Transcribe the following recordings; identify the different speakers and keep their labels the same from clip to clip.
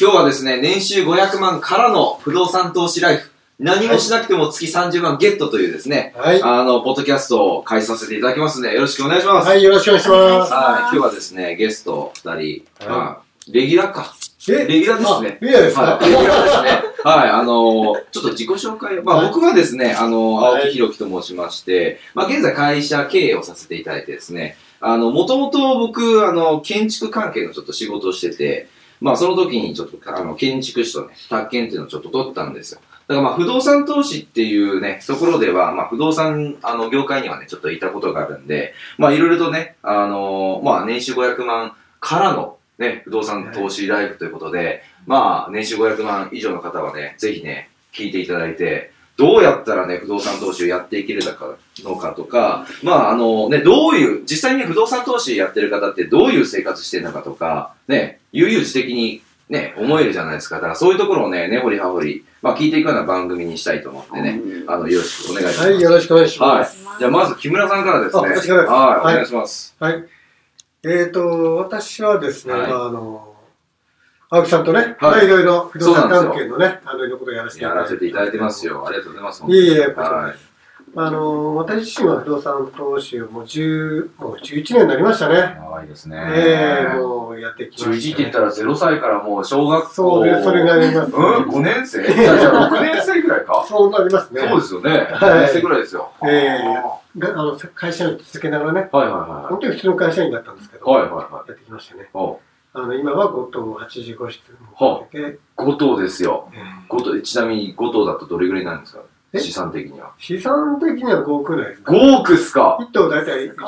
Speaker 1: 今日はですね、年収500万からの不動産投資ライフ、何もしなくても月30万ゲットというですね、
Speaker 2: はい。
Speaker 1: あの、ポッドキャストを開始させていただきますので、よろしくお願いします。
Speaker 2: はい、よろしくお願いしま
Speaker 1: はい、今日はですね、ゲスト2人、
Speaker 2: はい
Speaker 1: まあ、レギュラーか。
Speaker 2: す。
Speaker 1: レ
Speaker 2: え、
Speaker 1: ギュラーですね。
Speaker 2: いいですか、
Speaker 1: はい、レギュラーですね。はい、あのーちょっと自己紹介を、ま
Speaker 2: は
Speaker 1: あ
Speaker 2: い
Speaker 1: 僕はですね、あのー
Speaker 2: はい
Speaker 1: 青木弘樹と申しまして、まあ現在会社経営をさせていただいてですね、あの、もともと僕、あの、建築関係のちょっと仕事をしてて、まあその時にちょっと、あの、建築士とね、宅建っていうのをちょっと取ったんですよ。だからまあ不動産投資っていうね、ところでは、まあ不動産、あの、業界にはね、ちょっといたことがあるんで、まあいろいろとね、あのーまあ年収500万からの、ね、不動産投資ライフということで、まあ、年収500万以上の方はね、ぜひね、聞いていただいて、どうやったらね、不動産投資をやっていけるのかのかとか、まあ、あのね、どういう、実際にね不動産投資やってる方ってどういう生活してるのかとか、ね、悠々自適にね、思えるじゃないですか。だからそういうところをね、根掘り葉掘り、まあ、聞いていくような番組にしたいと思ってね、あの、よろしくお願いします。
Speaker 2: はい、よろしくお願いし
Speaker 1: は
Speaker 2: ま
Speaker 1: い
Speaker 2: す。。
Speaker 1: じゃあ、まず木村さんからですね。
Speaker 2: あ私からです
Speaker 1: はい、
Speaker 2: はい
Speaker 1: お願いします。
Speaker 2: はい。えっ、ー、と、私はですね、
Speaker 1: はい
Speaker 2: まあ、あの、青木さんとね、はい、
Speaker 1: はい
Speaker 2: い、ろいろ不動産
Speaker 1: そうなん
Speaker 2: 関
Speaker 1: です
Speaker 2: 係のね、あの、いろいろことをやらせて
Speaker 1: やらせていただいてます。よ。ありがとうございます。
Speaker 2: いえいえこちら
Speaker 1: はい。
Speaker 2: あの、私自身は不動産投資をもう10、もう11年になりましたね。
Speaker 1: ああ、いいですね。
Speaker 2: ええもうやってきました、ね。
Speaker 1: 11って言ったら0歳からもう小学校。
Speaker 2: そうね、それがあります、
Speaker 1: うん、5年生じゃあじゃあ6年生ぐらいか。
Speaker 2: そうなりますね。
Speaker 1: そうですよね。
Speaker 2: い
Speaker 1: 6年生ぐらいですよ。
Speaker 2: ええ
Speaker 1: は
Speaker 2: であの、会社員を続けながらね、
Speaker 1: いはいは
Speaker 2: 本当に普通の会社員だったんですけど、
Speaker 1: い。はいはいは
Speaker 2: やってきました
Speaker 1: い。
Speaker 2: ね。
Speaker 1: お
Speaker 2: あの今は5棟85室
Speaker 1: は
Speaker 2: 持ってて、
Speaker 1: 5頭ですよ。
Speaker 2: えー
Speaker 1: 5頭、ちなみに5頭だとどれぐらいになるんですか
Speaker 2: え
Speaker 1: 資産的には。
Speaker 2: 資産的には5億ぐらいですか。
Speaker 1: 5億っすか
Speaker 2: 1棟大体1億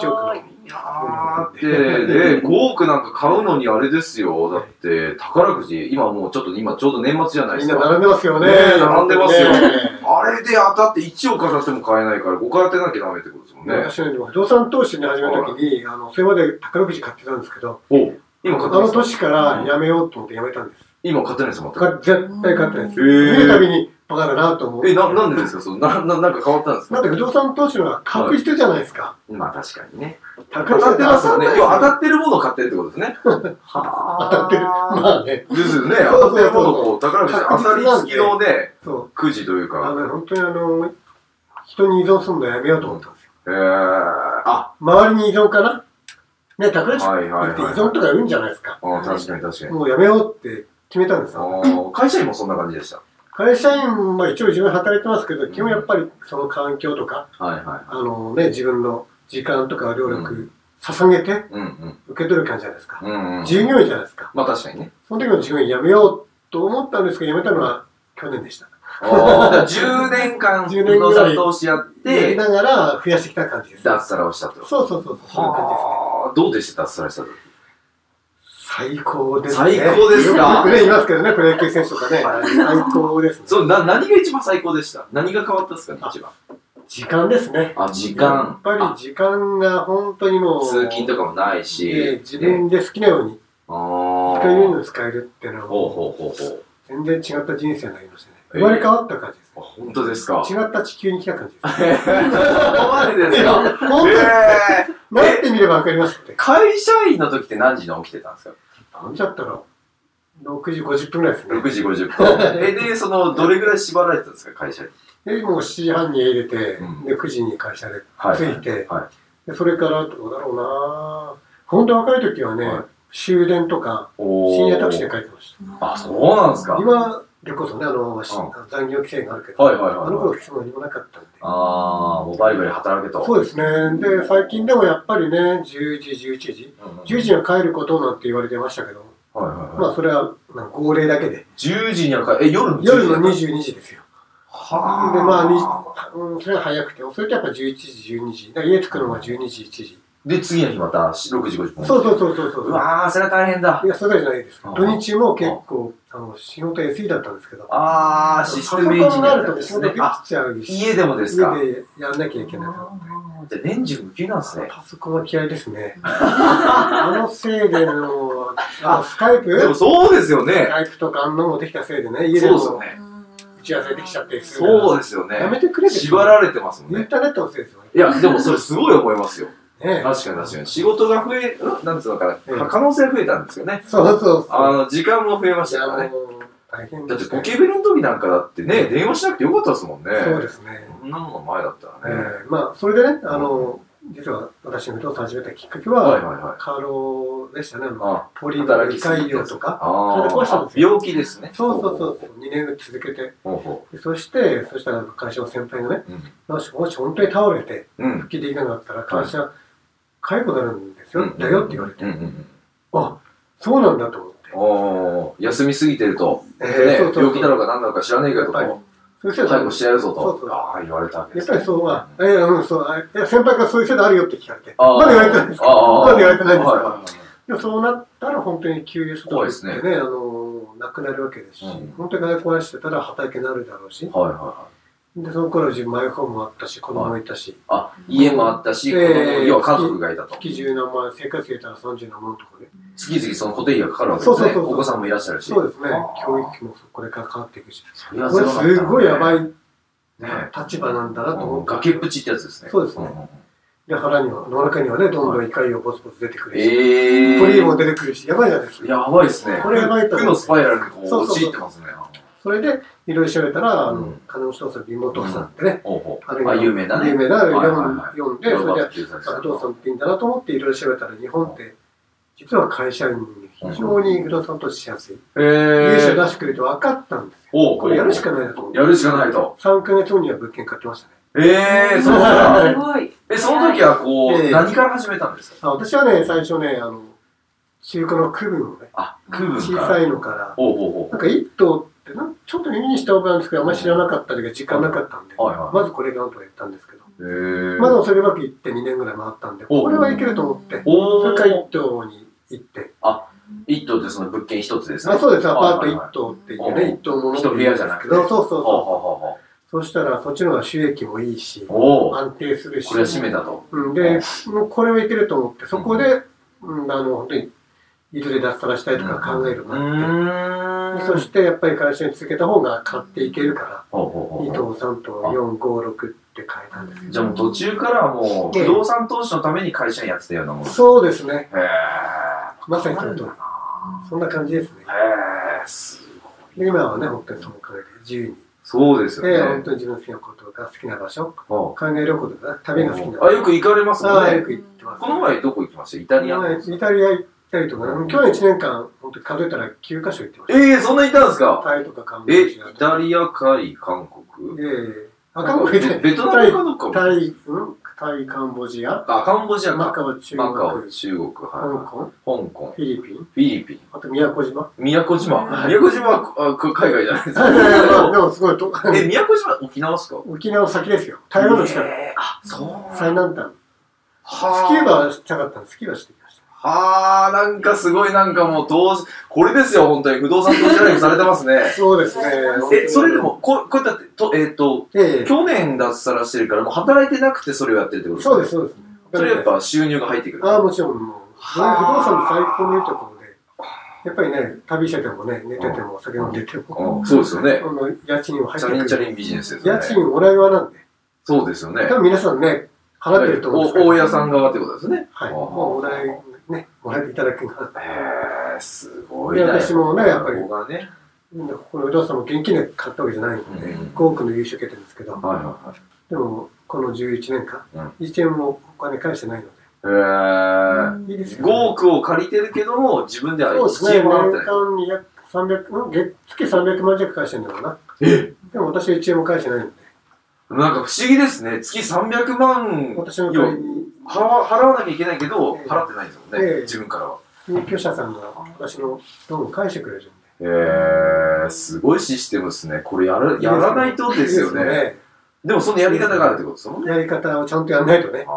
Speaker 1: あーって、で、5億なんか買うのにあれですよ。だって、宝くじ、今もうちょっと、今ちょうど年末じゃないで
Speaker 2: み
Speaker 1: す
Speaker 2: んな
Speaker 1: か。
Speaker 2: 並んでますよね。
Speaker 1: ねえ並んでますよ
Speaker 2: ね
Speaker 1: あれで当たって1億当たっても買えないから、5回当てなきゃダメってことですもんね。
Speaker 2: え私の不動産投資に始めた時に、あのそれまで宝くじ買ってたんですけど、
Speaker 1: お今
Speaker 2: あ
Speaker 1: 買ってな
Speaker 2: の
Speaker 1: いですか
Speaker 2: 年からやめようと思ってやめたんです。
Speaker 1: 今買ってないです、全く。
Speaker 2: か絶対買ってないです。
Speaker 1: へえ
Speaker 2: 見るたびにバカだなと思って。
Speaker 1: え、な、なんでですかその、な、な、なんか変わったんです
Speaker 2: だ
Speaker 1: か
Speaker 2: って不動産投資は確実じゃないですか。
Speaker 1: まあ確かにね。
Speaker 2: 宝
Speaker 1: 当
Speaker 2: く
Speaker 1: た
Speaker 2: じだ
Speaker 1: っ
Speaker 2: ってて
Speaker 1: ますよ
Speaker 2: 当た
Speaker 1: ね。
Speaker 2: んない
Speaker 1: 要は当たってるものを買ってるってことですね。は
Speaker 2: 当たってる。まあね、
Speaker 1: ですよね。
Speaker 2: そうそ
Speaker 1: 当
Speaker 2: うそう
Speaker 1: たってるものをこう、宝くじで当たり付きのね、
Speaker 2: そう。
Speaker 1: くじという
Speaker 2: あ
Speaker 1: か。
Speaker 2: の本当にあの人に依存するのやめようと思ったんですよ。
Speaker 1: えー、あ、
Speaker 2: 周りに依存かなね、宝くじっ
Speaker 1: はいはい
Speaker 2: て依
Speaker 1: はい。
Speaker 2: 存とか言うんじゃないですか。
Speaker 1: あー確かに確かに。
Speaker 2: もうやめようって決めたんですよ。
Speaker 1: あー会社員もそんな感じでした。
Speaker 2: 会社員は一応自分働いてますけど
Speaker 1: ん、
Speaker 2: 基本やっぱりその環境とか、
Speaker 1: はいはいは
Speaker 2: あのね、自分の時間とか労力捧げて
Speaker 1: い。うんうん。
Speaker 2: 受け取る感じじゃないですか。
Speaker 1: うんうん。
Speaker 2: 従業員じゃないですか。
Speaker 1: まあ確かにね。
Speaker 2: その時の自分やめようと思ったんですけど、やめたのは去年でした。
Speaker 1: あーだから10年間、
Speaker 2: 10年
Speaker 1: 不
Speaker 2: ぐら
Speaker 1: 動
Speaker 2: い
Speaker 1: 産投資やっ
Speaker 2: で、
Speaker 1: て、
Speaker 2: ながら増やしてきた感じです。
Speaker 1: 脱サラをしたってこと。
Speaker 2: そうそうそうそう、そういう感じですね。
Speaker 1: はーどうでした脱サラした時。
Speaker 2: 最高ですね。
Speaker 1: 最高ですか
Speaker 2: よくね、言いますけどね、プロ野球選手とかね。最高ですね。
Speaker 1: そう、な、何が一番最高でした何が変わったっすかね、一番。
Speaker 2: 時間ですね。
Speaker 1: あ、時
Speaker 2: や
Speaker 1: 間
Speaker 2: っ。ぱり
Speaker 1: あ
Speaker 2: 時間が本当にもう。
Speaker 1: 通勤とかもないし。
Speaker 2: で自
Speaker 1: ね
Speaker 2: 分で好きなように、
Speaker 1: あ
Speaker 2: 使
Speaker 1: ー
Speaker 2: えるように使えるっていうのは
Speaker 1: ほう
Speaker 2: も
Speaker 1: ほうほうほう。
Speaker 2: う、全然違った人生になりましたね。
Speaker 1: え
Speaker 2: 生まれ変わった感じです
Speaker 1: あ、本当ですか。
Speaker 2: ね。違った地球に来た感じです。
Speaker 1: そこまでですか。
Speaker 2: 本当です
Speaker 1: えー
Speaker 2: なってみればわかりますって。
Speaker 1: 会社員の時って何時に起きてたんですか
Speaker 2: なんちゃったら、6時50分ぐらいですね。
Speaker 1: ?6 時50分。 え、で、その、どれぐらい縛られてたんですか、会社に。
Speaker 2: で、もう7時半に家出て、
Speaker 1: うん
Speaker 2: で、9時に会社で
Speaker 1: は
Speaker 2: ついて
Speaker 1: は
Speaker 2: でそれからどうだろうな本当若い時はね、
Speaker 1: はい
Speaker 2: 終電とか
Speaker 1: おー
Speaker 2: 深夜タクシーで帰ってまし
Speaker 1: あ、そうなんです
Speaker 2: た
Speaker 1: か。
Speaker 2: 今でこそねあの、し残業規制があるけど、
Speaker 1: はいはいはいはい
Speaker 2: あの頃そんなにもなかったんで
Speaker 1: あー、もうバリバリ働けと。
Speaker 2: そうですねで最近でもやっぱりね10時11時
Speaker 1: うんうん
Speaker 2: 10時には帰ることなんて言われてましたけど、
Speaker 1: はいはい
Speaker 2: ま
Speaker 1: は
Speaker 2: あそれはなんか号令だけで
Speaker 1: い。10時には帰え、夜の10時
Speaker 2: 夜の22時ですよ
Speaker 1: はー
Speaker 2: でまあに、うん、それが早くて遅いとやっぱ11時12時だから家着くのが12時1時
Speaker 3: で、次の日また6時50分。
Speaker 2: そうそうそうそうそう
Speaker 3: うわー、それは大変だ
Speaker 2: い。や、それだけじゃないです
Speaker 3: あ。
Speaker 2: 土日も結構、あの、仕事休みだったんですけど。
Speaker 3: あー、システムエンジニア
Speaker 2: パソコンがあると仕事でき
Speaker 3: あ、
Speaker 2: ちゃうし、
Speaker 3: 家でもですか。
Speaker 2: 家でやんなきゃいけないの
Speaker 3: あーじゃあ、年中無休なんです
Speaker 2: で。
Speaker 3: ね。
Speaker 2: パソコンは嫌いですね。あのせいでの、あのスカイプ
Speaker 1: でもそうですよ
Speaker 2: ス
Speaker 1: ね。
Speaker 2: カイプとかあんなのもできたせいでね、家で
Speaker 1: そう
Speaker 2: も
Speaker 1: ですよ
Speaker 2: 打
Speaker 1: ね。
Speaker 2: ち合わせできちゃってするから
Speaker 1: そうですよ
Speaker 2: やめ
Speaker 1: ね。
Speaker 2: てくれって。
Speaker 1: 縛られてますもん
Speaker 2: イン
Speaker 1: ね。
Speaker 2: ターネットのせいですよね。
Speaker 1: いや、でもそれすごい思いますよ。
Speaker 2: ね
Speaker 1: 確かに確かに。仕事が増え、うんなんつうのか
Speaker 2: う
Speaker 1: な、
Speaker 2: ん
Speaker 1: 可能性増えたんですよね。
Speaker 2: そうそうそう。
Speaker 1: あの、時間も増えまし
Speaker 2: い
Speaker 1: た
Speaker 2: や、
Speaker 1: からね。
Speaker 2: もう、大変
Speaker 1: だって
Speaker 2: でした
Speaker 1: ポ
Speaker 2: ね
Speaker 1: ケベルの時なんかだってね、電話しなくてよかったですもんね。
Speaker 2: そうですね。
Speaker 1: こんなのの前だった
Speaker 2: え
Speaker 1: らね。
Speaker 2: ーまあ、それでね、あの、実は私が不動産を始めたきっかけ
Speaker 1: はい
Speaker 2: は、
Speaker 1: はいはい。
Speaker 2: 過労でしたね。
Speaker 1: あ
Speaker 2: ポリの胃潰瘍とか。
Speaker 1: あ
Speaker 2: それで壊したん
Speaker 1: ー
Speaker 2: ですよ
Speaker 1: 病気ですね。
Speaker 2: そうそうそうそう、2年ぐらい続けて。
Speaker 1: ほうほ
Speaker 2: そして、そしたら会社の先輩がね、
Speaker 1: う。うん。
Speaker 2: もし、もし本当に倒れて、
Speaker 1: うん。
Speaker 2: 復帰できなかったら会社、解雇になるんです
Speaker 1: う
Speaker 2: よ
Speaker 1: ん。
Speaker 2: だよって言われて
Speaker 1: う。んうんうん
Speaker 2: あ、そうなんだと思って。
Speaker 1: おー休みすぎてると、
Speaker 2: え
Speaker 1: ね
Speaker 2: ーそうそうそう
Speaker 1: 病気なのか何なのか知らねえけど、
Speaker 2: やっぱ
Speaker 1: 解
Speaker 2: そしたら
Speaker 1: 雇してやるぞと、
Speaker 2: そうそう
Speaker 1: ああ、言われたわけで
Speaker 2: やっ
Speaker 1: す、
Speaker 2: ぱ
Speaker 1: ね。
Speaker 2: りそうは、いや、うん、そう、あいや、先輩からそういう制度あるよって聞かれて、
Speaker 1: あー
Speaker 2: まだ言われてないんです
Speaker 1: あー
Speaker 2: まだ言われてないんですよ
Speaker 1: はいはいはい
Speaker 2: でもそうなったら本当に給与所
Speaker 1: 怖
Speaker 2: 得
Speaker 1: いで
Speaker 2: っ
Speaker 1: す
Speaker 2: て
Speaker 1: ね
Speaker 2: ね、あの、なくなるわけですし、
Speaker 1: うん
Speaker 2: 本当に外交してたら畑になるだろうし、
Speaker 1: はいはいはい。
Speaker 2: で、その頃自分マイホームもあったし、子供もいたし、
Speaker 1: あ、家もあったし、
Speaker 2: え
Speaker 1: 子
Speaker 2: ー
Speaker 1: 供要は家族がいたと。
Speaker 2: 月10何万、生活費入れたら30何万とかね。
Speaker 1: 月々その固定費がかかるわけですね。
Speaker 2: そうそうそうそう
Speaker 1: お子さんもいらっしゃるし。
Speaker 2: そうですね
Speaker 1: あ。ー
Speaker 2: 教育費もこれから変わっていくし。
Speaker 1: それ
Speaker 2: こ
Speaker 1: は
Speaker 2: れすごいやば
Speaker 1: い。
Speaker 2: い
Speaker 1: ね
Speaker 2: 立場なんだなと思うから。
Speaker 1: 崖っぷちってやつですね。
Speaker 2: そうですね
Speaker 1: ん
Speaker 2: で、腹には、の中にはね、どんどん怒りをボツボツ出てくるし、
Speaker 1: ええー。
Speaker 2: ポリーも出てくるし、やばいじゃないですか。
Speaker 1: やばいですね。
Speaker 2: これやばいと思う
Speaker 1: 負のスパイラルにこう
Speaker 2: そうそうそ
Speaker 1: 陥
Speaker 2: う
Speaker 1: ってますね。
Speaker 2: それで、いろいろ調べたら、あ
Speaker 1: う
Speaker 2: の
Speaker 1: ん、
Speaker 2: 金持ち父さん、貧乏父さんってね、
Speaker 1: ほうほ
Speaker 2: あ
Speaker 1: う。あ、有名だね。
Speaker 2: 有名な、
Speaker 1: はいはいはい
Speaker 2: 読んで、それで、
Speaker 1: ていう感じ
Speaker 2: 不動産っていいんだなと思っていろいろ調べたら日本って実は会社員に非常に不動産投資しやすい、
Speaker 1: えー。
Speaker 2: 融資を出してくれて分かったんですよ
Speaker 1: おう
Speaker 2: これやるしかないなと思って
Speaker 1: やるしかないと。
Speaker 2: 3ヶ月後には物件買ってましたね
Speaker 1: ええー、そう
Speaker 2: は
Speaker 1: だ。
Speaker 2: い
Speaker 4: すごい。
Speaker 1: え、その時はこう、
Speaker 2: ええ
Speaker 1: 何から始めたんですか
Speaker 2: あ私はね最初ねあの中古の区分をね
Speaker 1: あ、区分
Speaker 2: 小
Speaker 1: から。
Speaker 2: さいのから
Speaker 1: ほうほうほ
Speaker 2: なんか1棟ってなちょっと耳にした覚えあるんですけどあんまり知らなかったりが時間なかったんで、
Speaker 1: はいはい
Speaker 2: まずこれがなんとか言ったんですけど、
Speaker 1: う。へえ
Speaker 2: まあでもそれうまくいって2年ぐらい回ったんで
Speaker 1: お
Speaker 2: これはいけると思って
Speaker 1: お
Speaker 2: それ
Speaker 1: ー
Speaker 2: から1棟に行って
Speaker 1: 一棟ってその物件一つですね。
Speaker 2: あそうです、アパート
Speaker 1: はいはいはい
Speaker 2: 1棟っていう
Speaker 1: はいはい
Speaker 2: ね、1棟もの
Speaker 1: 一部屋じゃなくて
Speaker 2: そうそう
Speaker 1: ほうほうほ
Speaker 2: そ
Speaker 1: うほう。
Speaker 2: う。そしたら、そっちの方が収益もいいし、
Speaker 1: おお、
Speaker 2: 安定するし
Speaker 1: こ、れは締めだと。
Speaker 2: うん、で、もうこれはいけると思って、そこで、うん、あの、本当に、いずれ脱サラしたいとか考えるよう
Speaker 1: う
Speaker 2: になって、
Speaker 1: ーん。
Speaker 2: そしてやっぱり会社に続けた方が買っていけるか
Speaker 1: ほうほ
Speaker 2: ら、
Speaker 1: うほ
Speaker 2: 2
Speaker 1: う
Speaker 2: 棟、3棟、4、5、6って変えたんです
Speaker 1: じゃあもう途中からはもう、
Speaker 2: ええ
Speaker 1: 不動産投資のために会社にやってたようなもの。へ
Speaker 2: そうですね、
Speaker 1: え。
Speaker 2: まさにその通り。そんな感じですね。
Speaker 1: へえ、す
Speaker 2: で今はね、本当にそのおかげで自由に、
Speaker 1: そうですよね。
Speaker 2: ええ本当に自分の好きなことが好きな場所、
Speaker 1: ほう
Speaker 2: 海外旅行とかね旅が好きな
Speaker 1: あ、よく行かれますもん
Speaker 2: ああ、よ
Speaker 1: ね。
Speaker 2: く行ってます。
Speaker 1: この前どこ行きましたイタリア
Speaker 2: この前イタリア行ったりとかね、去年1年間、本当に数えたら9カ所行ってました。
Speaker 1: ええ、そんな行ったんですか
Speaker 2: タイとかカンボ
Speaker 1: え、
Speaker 2: ジ
Speaker 1: イ
Speaker 2: アと
Speaker 1: タ
Speaker 2: か。
Speaker 1: リアかい韓国
Speaker 2: ええあ、カンボジア
Speaker 1: ベベトナムかどっかも
Speaker 2: タイ、うんタイ、カンボジア、
Speaker 1: あ、カンボジア
Speaker 2: マ
Speaker 1: か。
Speaker 2: カオ、中
Speaker 1: マ
Speaker 2: 国、
Speaker 1: カ
Speaker 2: 香
Speaker 1: オ、中国、はい。、
Speaker 2: 港
Speaker 1: 香港、
Speaker 2: フィリピン、
Speaker 1: フィリピン、
Speaker 2: あと宮古島。
Speaker 1: 宮古島。宮古島はあこ海外じゃないです
Speaker 2: いやいやまあ
Speaker 1: か。
Speaker 2: でもすごいと、
Speaker 1: え、宮古島、沖縄ですか
Speaker 2: 沖縄の先ですよ。台湾の近く。
Speaker 1: えーあ、そう。
Speaker 2: 最南端。
Speaker 1: は
Speaker 2: スキューバはしたかったんで、スキューバしてきました。。
Speaker 1: はあ、なんかすごいなんかもう投資、これですよ、本当に。不動産投資ライブされてますね
Speaker 2: そうですね。
Speaker 1: え、それでも、ここうやって、とえっ、と、
Speaker 2: ええ
Speaker 1: 去年脱サラしてるから、もう働いてなくてそれをやってるってこと
Speaker 2: そうですす、そうです。
Speaker 1: かそれやっぱ収入が入ってくる。
Speaker 2: ああ、もちろん、もう、不動産の最高のいいところで、やっぱりね、旅しててもね、寝てても、酒飲んでても、
Speaker 1: うんそうですよね。
Speaker 2: あの家賃を入
Speaker 1: チ
Speaker 2: って
Speaker 1: ャリンチ
Speaker 2: く
Speaker 1: ャ
Speaker 2: る。
Speaker 1: リンビジネスですよ
Speaker 2: 家
Speaker 1: ね。
Speaker 2: 賃おらいはなんで、
Speaker 1: そうですよね。
Speaker 2: 多分皆さんね、払ってると思うんですけど、
Speaker 1: お大家さん側ってことですね。
Speaker 2: はい、
Speaker 1: あー
Speaker 2: もうおらい、ね、もらっていただくが、
Speaker 1: へえ、すご
Speaker 2: いや私もねやっぱり
Speaker 1: ここがね。
Speaker 2: ここの不動産も現金で買ったわけじゃないので、
Speaker 1: うん
Speaker 2: 5億の融資を受けてるんですけど、
Speaker 1: はいは
Speaker 2: でも、この11年間、
Speaker 1: うん
Speaker 2: 1円もお金返してないの
Speaker 1: いはい。
Speaker 2: で、いいで
Speaker 1: へ
Speaker 2: す
Speaker 1: え。
Speaker 2: よ、
Speaker 1: 5億を借りてるけども、自分では
Speaker 2: そうですね、
Speaker 1: 1
Speaker 2: 年
Speaker 1: 円も払ってない。
Speaker 2: 間に約300、うん月月300万弱返してるんだろうな。
Speaker 1: え
Speaker 2: でも私は1円も返してないので、
Speaker 1: なんか不思議ですね。月300万
Speaker 2: 私の代わりに
Speaker 1: 払わ払わなきゃいけないけど、
Speaker 2: ええ
Speaker 1: 払ってないんですもんね、
Speaker 2: ええ
Speaker 1: 自分からは。
Speaker 2: 入居者さんが私のローンを返してくれるんで。
Speaker 1: へえ、すごいシステムですね。これやらやらないとですよね。
Speaker 2: いいです
Speaker 1: でもそのやり方があるってことですもんね。
Speaker 2: やり方をちゃんとやらないとね、
Speaker 1: あ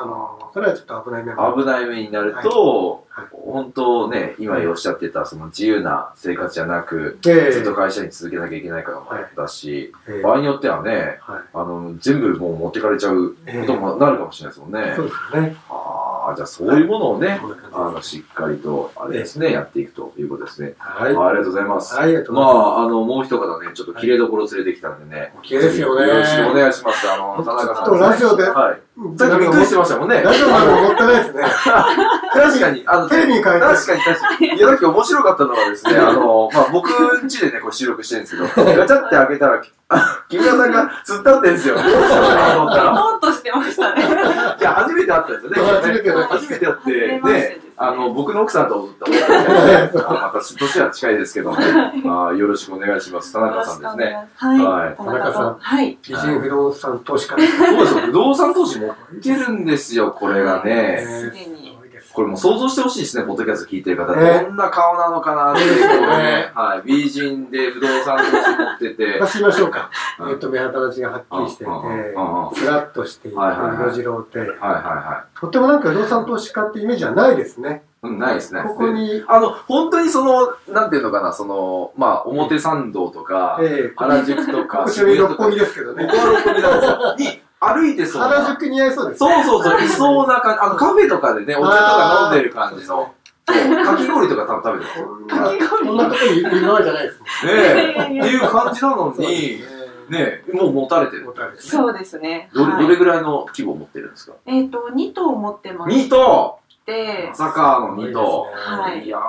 Speaker 2: あの、それはちょっと危ない面もある
Speaker 1: 危ない目になると、
Speaker 2: はいはい
Speaker 1: 本当ね、今おっしゃってた、その自由な生活じゃなく、
Speaker 2: ええ
Speaker 1: ずっと会社に続けなきゃいけないからも
Speaker 2: はい
Speaker 1: だし、
Speaker 2: ええ
Speaker 1: 場合によってはね、
Speaker 2: はい
Speaker 1: あの、全部もう持ってかれちゃう
Speaker 2: ええ
Speaker 1: こともなるかもしれないですもんね。
Speaker 2: そうですよね。
Speaker 1: ああ、じゃあそういうものをね、
Speaker 2: こんな感じです
Speaker 1: あの、しっかりと、あれですね、やっていくということですね。
Speaker 2: はい。
Speaker 1: あありがとうございます。
Speaker 2: ありがとうご
Speaker 1: ま
Speaker 2: ざいま
Speaker 1: あ、あの、もう一方ね、ちょっと綺麗どころ連れてきたんでね。
Speaker 2: す。綺麗ですよね。
Speaker 1: よろしくお願いします。あの、田中さん。
Speaker 2: ちょっとラジオで
Speaker 1: はい。
Speaker 2: うん
Speaker 1: さっきびっくりしてました もんね。
Speaker 2: ラジオなんかもったいないですね。
Speaker 1: 確かに、あの、
Speaker 2: テレビに変えて
Speaker 1: 確かに確かに。いや、だけ面白かったのがです ね、あの、まあ、僕ん家でね、こう収録してるんですけど、ガチャって開けたら、あ木村さんが突っ立ってん ですよ。
Speaker 4: ーンとしてましたね。
Speaker 1: いや、初めて会ったんですよね。
Speaker 2: 初めて会った
Speaker 1: 初めて会って、
Speaker 4: 初めましてです
Speaker 1: ね
Speaker 4: ね、
Speaker 1: あの、僕の奥さんと思った思ったん ですけどね。あまた、年は近いですけども、あよろしくお願いします。田中さんですね。
Speaker 4: よろしくお願いします。
Speaker 1: は
Speaker 4: はいい。
Speaker 2: 田中さん
Speaker 4: はい。
Speaker 2: 美人不動産投資家。
Speaker 1: そうですよ、不動産投資持ってるんですよ、これがね。
Speaker 4: すでに。
Speaker 1: これもう想像してほしいですね、ポッドキャスト聞いてる方。
Speaker 2: ね
Speaker 1: どんな顔なのかなっていうのをね
Speaker 2: ね、
Speaker 1: はい、美人で不動産投資持って て、
Speaker 2: 出しましょうか。
Speaker 1: うん
Speaker 2: えっと、目鼻立ちがはっきりしてい
Speaker 1: うんうんうん
Speaker 2: て、ふらっとしていて、
Speaker 1: はいはいはい
Speaker 2: 色白で、
Speaker 1: はいはいは
Speaker 2: とってもなんか不動産投資家ってイメージはないですね。
Speaker 1: い。うん、ないですね。
Speaker 2: ここに、
Speaker 1: あの、本当にその、なんていうのかな、その、まあ、表参道とか、
Speaker 2: ええ、こ
Speaker 1: 原宿とか、
Speaker 2: こちなみ
Speaker 1: 渋
Speaker 2: に
Speaker 1: 谷
Speaker 2: 六
Speaker 1: とか、
Speaker 2: 本木
Speaker 1: こ
Speaker 2: ですけど
Speaker 1: こ
Speaker 2: ね。
Speaker 1: は六本木なんですよ。に歩いてそう
Speaker 2: 原
Speaker 1: な。
Speaker 2: 宿似合いそうです。
Speaker 1: そうそうそう、いそうな感じ。あの、カフェとかでね、お茶とか飲んでる感じの。そうかき氷とか多分食べてる。
Speaker 2: こんなこんなとこにいるわけじゃないですね。
Speaker 1: ねえ、 っていう感じなのに、ねえ、もう持たれてる。
Speaker 2: おたれですね。
Speaker 4: そうですね。
Speaker 1: どれ、ど
Speaker 4: は
Speaker 1: れ
Speaker 4: い
Speaker 1: ぐらいの規模を持ってるんですか
Speaker 4: えっと、2頭持ってま
Speaker 1: 二
Speaker 4: し
Speaker 1: 頭
Speaker 4: て、
Speaker 1: サッカーの二頭。
Speaker 4: はい
Speaker 1: やー、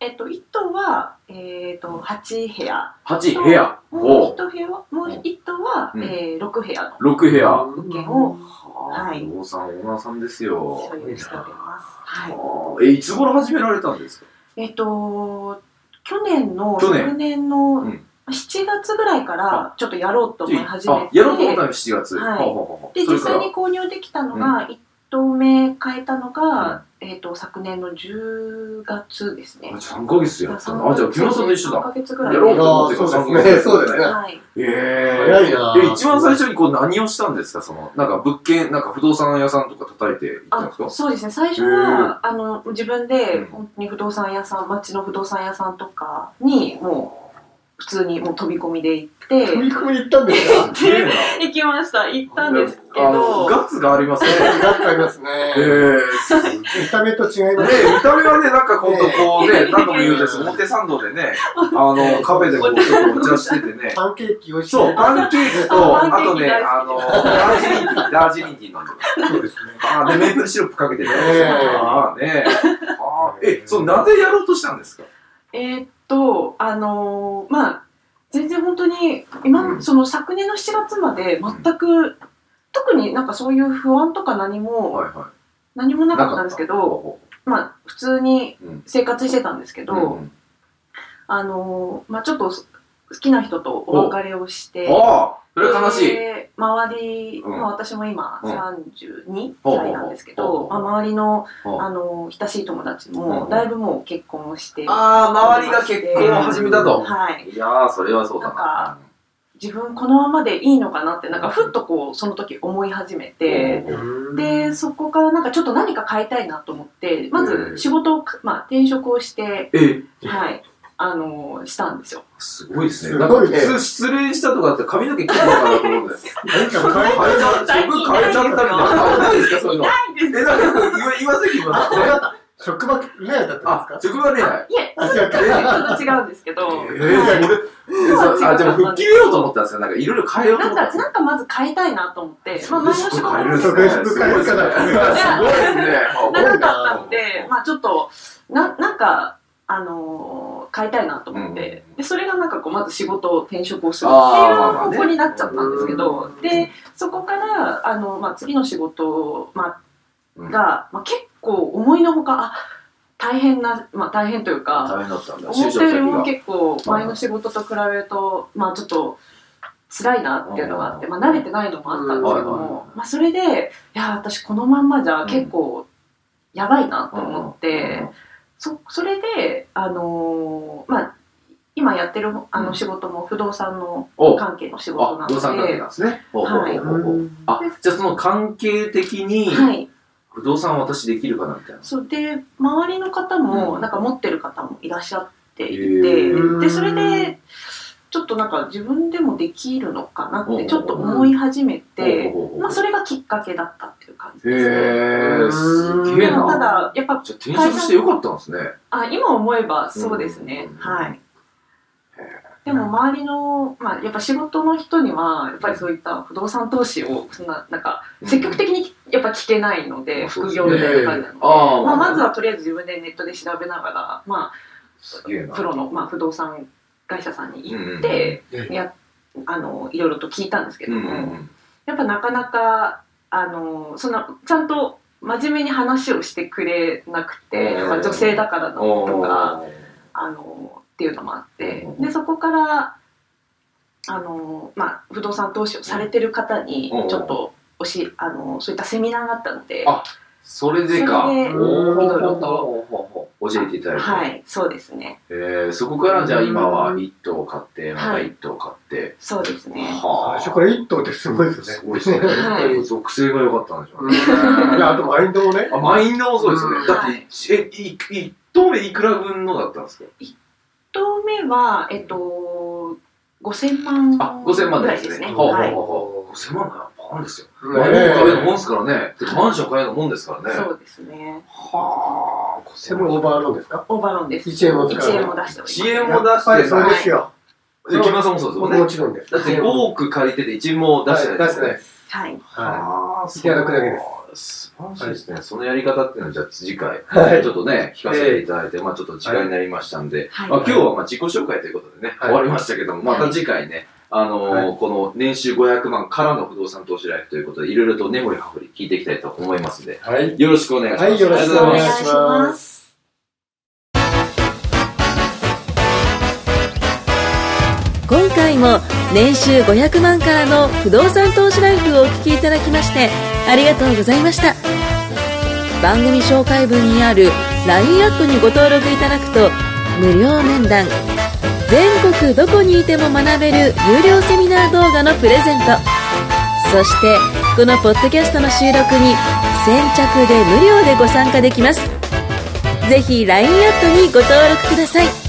Speaker 4: えっと、1頭は、えっと、8部屋。
Speaker 1: 八部屋。
Speaker 4: もう
Speaker 1: お
Speaker 4: 1部屋は、もう1頭は、
Speaker 1: うん
Speaker 4: えー6部屋の
Speaker 1: 六部屋。
Speaker 4: 物件を
Speaker 1: は
Speaker 4: はい
Speaker 1: 不動産オーナーさんですよ
Speaker 4: 所。有しております。はい。
Speaker 1: あーえ、いつ頃始められたんですか
Speaker 4: えっと、去年の、
Speaker 1: 去年
Speaker 4: 昨年の
Speaker 1: うん
Speaker 4: 7月ぐらいから、ちょっとやろうと思い始め
Speaker 1: あ
Speaker 4: て、
Speaker 1: やろうと思ったのが7月。
Speaker 4: はい
Speaker 1: ほうほうほうほう
Speaker 4: で、
Speaker 1: それ
Speaker 4: 実
Speaker 1: から
Speaker 4: 際に購入できたのが、1棟目買えたのが、えっと、昨年の10月ですね
Speaker 1: あ。3ヶ月やったの。あ、じゃあ、木村さんと一緒
Speaker 4: 3
Speaker 1: だ。
Speaker 4: ヶ月ぐ
Speaker 1: や
Speaker 4: らい
Speaker 1: ろうと思ってから
Speaker 2: そうですねそうですね
Speaker 4: はい。
Speaker 1: え
Speaker 2: 早いな
Speaker 1: え。え、一番最初にこう何をしたんですかその、なんか物件、なんか不動産屋さんとか叩いていったん
Speaker 4: あ
Speaker 1: ですか
Speaker 4: そうですね最初はあの自分で本当に不動産屋さん町の不動産屋さんとかにもう普通にもう飛び込みで行って
Speaker 2: 飛び込み行ったんですか
Speaker 1: すげえな。
Speaker 4: 行きました行ったんですけ
Speaker 1: あの
Speaker 4: ど
Speaker 1: ガッツがあります ね。
Speaker 2: ガッツありますね。
Speaker 1: えー、すね
Speaker 2: 見た目と違います。
Speaker 1: 見た目はね、なんかほんとこうね、何度も言うんです表参道でね、あの、カフェでこう、ちょっとお茶しててね、
Speaker 2: パンケーキ美味しい。
Speaker 1: そう、パンケーキと、
Speaker 4: あ
Speaker 1: あ
Speaker 4: パンケー
Speaker 1: と
Speaker 4: キ
Speaker 1: ね、
Speaker 4: 大
Speaker 1: あの、ダージリンティー、ダージリンティー飲んでる。
Speaker 2: そうですね。
Speaker 1: あーで、メープルシロップかけてね。
Speaker 2: ええ
Speaker 1: ああ、ねあーえ、そう、なぜやろうとしたんですか
Speaker 4: えーっとあのーまあ全然本当に今、
Speaker 1: うん
Speaker 4: その昨年の7月まで全く特になんかそういう不安とか何も、
Speaker 1: はいは
Speaker 4: 何も
Speaker 1: い。
Speaker 4: なかったんですけどまあ普通に
Speaker 1: うん
Speaker 4: 生活してたんですけ
Speaker 1: う
Speaker 4: ど、
Speaker 1: ん、うん
Speaker 4: あのーまあ、ちょっと好きな人とお別れをして、
Speaker 1: ああ、それは悲しい。
Speaker 4: で周り、
Speaker 1: うん
Speaker 4: まあ、私も今
Speaker 1: うん
Speaker 4: 32歳なんですけ
Speaker 1: ほうほうほ
Speaker 4: ど、
Speaker 1: う
Speaker 4: まあ、周りの、
Speaker 1: うん
Speaker 4: あのー親しい友達
Speaker 1: うんう
Speaker 4: も
Speaker 1: ん
Speaker 4: だいぶもう結婚をして、
Speaker 1: ああ、周りが結婚を始めたと。
Speaker 4: はい、
Speaker 1: いやー、それはそうだ
Speaker 4: なん
Speaker 1: な
Speaker 4: か。自分このままでいいのかなってなんかふっとこうその時思い始めて、
Speaker 1: ほうほう
Speaker 4: でそこからなんかちょっと何か変えたいなと思ってま
Speaker 1: う
Speaker 4: ず
Speaker 1: ん
Speaker 4: 仕事を、まあ、転職をして、
Speaker 1: え、
Speaker 4: はい、あのーしたんですよ。
Speaker 1: すごいですね。
Speaker 2: す
Speaker 1: なんか
Speaker 2: ご
Speaker 1: 普
Speaker 2: いね
Speaker 1: 通失恋したとかって髪の毛切るのかなと思うんだよ。
Speaker 2: 何か変え
Speaker 1: 変えちゃう、自分変えちゃったみたいな。ないですか、そういうの。え、なんか言わ言わせきも
Speaker 2: あ、
Speaker 1: さ
Speaker 2: わかった。職場恋愛だった
Speaker 1: あ
Speaker 2: ん、です
Speaker 1: 職場恋愛。
Speaker 4: いえ
Speaker 2: かあ、違うか。
Speaker 4: ちょっと違うんですけど、
Speaker 1: えー、それえそうあ、でも吹っ切れようと思ったんですよ。なんかいろいろ変えようと
Speaker 4: な
Speaker 1: 思
Speaker 4: ん
Speaker 1: ったんで
Speaker 4: か、
Speaker 1: すよ。
Speaker 4: なんかまず変えたいなと思って、まあ前の仕事も
Speaker 1: 変えるん
Speaker 4: な
Speaker 1: です
Speaker 4: か
Speaker 1: ね。すごいですね。すごいですね。
Speaker 4: ったので、まあちょっと、な、なんか、あのー変えたいなと思って、で、それがなんかこう、まず仕事を転職をするっていう
Speaker 1: あーまあまあ
Speaker 4: 方
Speaker 1: ね
Speaker 4: 向になっちゃったんですけ
Speaker 2: う
Speaker 4: ど
Speaker 2: ん、
Speaker 4: で、そこから、あの、まあ次の仕事、まあ、
Speaker 1: うん
Speaker 4: が、まあ結構思いのほか、あ、大変な、まあ大変というか、
Speaker 1: 大変だったんだ。
Speaker 4: 思ったよりも
Speaker 1: 就職先
Speaker 4: 結構前の仕事と比べるとまあちょっと辛いなっていうのがあって、まあ、慣れてないのもあったんですけど
Speaker 1: うんはいはい
Speaker 4: も、まあ、それでいや私このまんまじゃ結構やばいなと
Speaker 1: が
Speaker 4: 思って、そそれであのーまあ今やってるあの仕事も不動産の
Speaker 1: お
Speaker 4: 関係の仕事
Speaker 1: あ
Speaker 4: な、
Speaker 1: 不動産
Speaker 4: の
Speaker 1: 関係
Speaker 4: で
Speaker 1: なん、ですね。ほうほうほうほう
Speaker 2: うん
Speaker 1: あ、じゃあその関係的に、
Speaker 4: はい、
Speaker 1: 不動産私できるかなみたいな。
Speaker 4: そうで周りの方も、
Speaker 1: うん
Speaker 4: なんか持ってる方もいらっしゃっていて、
Speaker 1: へ
Speaker 2: ー
Speaker 4: でそれでちょっとなんか自分でもできるのかなってちょっと
Speaker 1: うん
Speaker 4: 思い始め
Speaker 1: ほ
Speaker 4: て、
Speaker 1: うほうほう
Speaker 4: まあ、それがきっかけだったっていう感じ
Speaker 1: へ
Speaker 4: ですね。
Speaker 1: ー、すげえ
Speaker 4: まあ
Speaker 1: な。
Speaker 4: ただやっぱ
Speaker 1: じゃあ転職してよかったんですね。
Speaker 4: あ今思えばそうですね、
Speaker 1: うん
Speaker 4: はいでも周りの、まあ、やっぱ仕事の人にはやっぱりそういった不動産投資をそんななんか積極的にやっぱ聞けないので、
Speaker 1: うん
Speaker 4: 副業みたいな感じなので、
Speaker 1: ええああ
Speaker 4: まあ、まずはとりあえず自分でネットで調べながら、ます
Speaker 1: げえ
Speaker 4: あ、
Speaker 1: な。
Speaker 4: プロの、まあ、不動産会社さんに行
Speaker 1: うん
Speaker 4: って、
Speaker 2: うん
Speaker 4: やあのいろいろと聞いたんですけ
Speaker 1: う
Speaker 4: ど
Speaker 1: んう
Speaker 4: も、
Speaker 1: ん
Speaker 4: やっぱなかなかあのそんなちゃんと真面目に話をしてくれなくて、
Speaker 1: うん
Speaker 4: まあ、女性だから
Speaker 1: う
Speaker 4: だ
Speaker 1: ん。お
Speaker 4: とか。
Speaker 1: ー
Speaker 4: あのっていうのもあって
Speaker 1: うん
Speaker 4: でそこからあの、まあ、不動産投資をされてる方に
Speaker 1: うん
Speaker 4: ちょっとおしあのそういったセミナーがあったので
Speaker 1: あそれでか。
Speaker 4: それで
Speaker 1: おー
Speaker 4: いろいろと
Speaker 1: ほうほうほう教えていただいて。
Speaker 4: はいそうですね
Speaker 1: えー、そこからじゃあ今は1頭買って、また
Speaker 4: はい
Speaker 1: 1頭買って。
Speaker 4: そうですね
Speaker 1: は
Speaker 2: 最初から一頭ってすごいです
Speaker 1: す
Speaker 2: よね。
Speaker 1: ごいですね。
Speaker 4: はい
Speaker 1: やっぱり属性が良かったんでしょう
Speaker 2: う
Speaker 1: ね。
Speaker 2: んいや、あとマインドもね。
Speaker 1: あ、マインドもそうですよね。
Speaker 2: うん
Speaker 1: だって、え、い、1頭目いくら分のだったんですか
Speaker 4: 1投目はえっと5000万
Speaker 1: あ、5000万
Speaker 4: ぐら
Speaker 1: で
Speaker 4: い
Speaker 1: す
Speaker 4: で
Speaker 1: ね。
Speaker 4: すね
Speaker 1: ほうほう
Speaker 4: はい
Speaker 1: ほうほう。5000万ならパンですよ。
Speaker 2: うん
Speaker 1: マンション買えるもんですからね。てかマンション買えるもんですからね。
Speaker 4: そうですね
Speaker 1: はあ、
Speaker 2: それもオーバーローンですか
Speaker 4: オーバーロンです
Speaker 2: 一円も使う
Speaker 4: 一円も出しております
Speaker 1: 一円も
Speaker 2: やっぱりそうですよ。
Speaker 1: で木村さんもそうですもん
Speaker 2: も
Speaker 1: ね。
Speaker 2: ちろんです。
Speaker 1: だって多く借りてて1円も出してない
Speaker 2: 出
Speaker 1: で
Speaker 2: し
Speaker 1: すよ
Speaker 2: てな
Speaker 1: ね
Speaker 2: いです。
Speaker 4: はい
Speaker 2: は
Speaker 1: ああ、。
Speaker 2: いただくだけで
Speaker 1: 素
Speaker 2: す
Speaker 1: 晴らしいですね。そのやり方っていうのは、じゃあ次回、
Speaker 2: はい
Speaker 1: ちょっとね、聞かせていただいて、まあちょっと時間になりましたんで、
Speaker 4: はい
Speaker 1: まあ今日はまあ自己紹介ということでね、
Speaker 2: はい
Speaker 1: 終わりましたけども、また次回ね、あのー
Speaker 2: は
Speaker 1: この年収500万からの不動産投資ライフということで、いろいろと根掘り葉掘り聞いていきたいと思いますんで、
Speaker 2: い。はい。
Speaker 1: よろしくお願いします。
Speaker 2: はいよろしくお願いしま
Speaker 1: あ
Speaker 2: す
Speaker 1: りがとうござ
Speaker 4: お願いします
Speaker 5: 今回も年収500万からの不動産投資ライフをお聞きいただきましてありがとうございました番組紹介文にある LINE アットにご登録いただくと無料面談全国どこにいても学べる有料セミナー動画のプレゼントそしてこのポッドキャストの収録に先着で無料でご参加できますぜひ LINE アットにご登録ください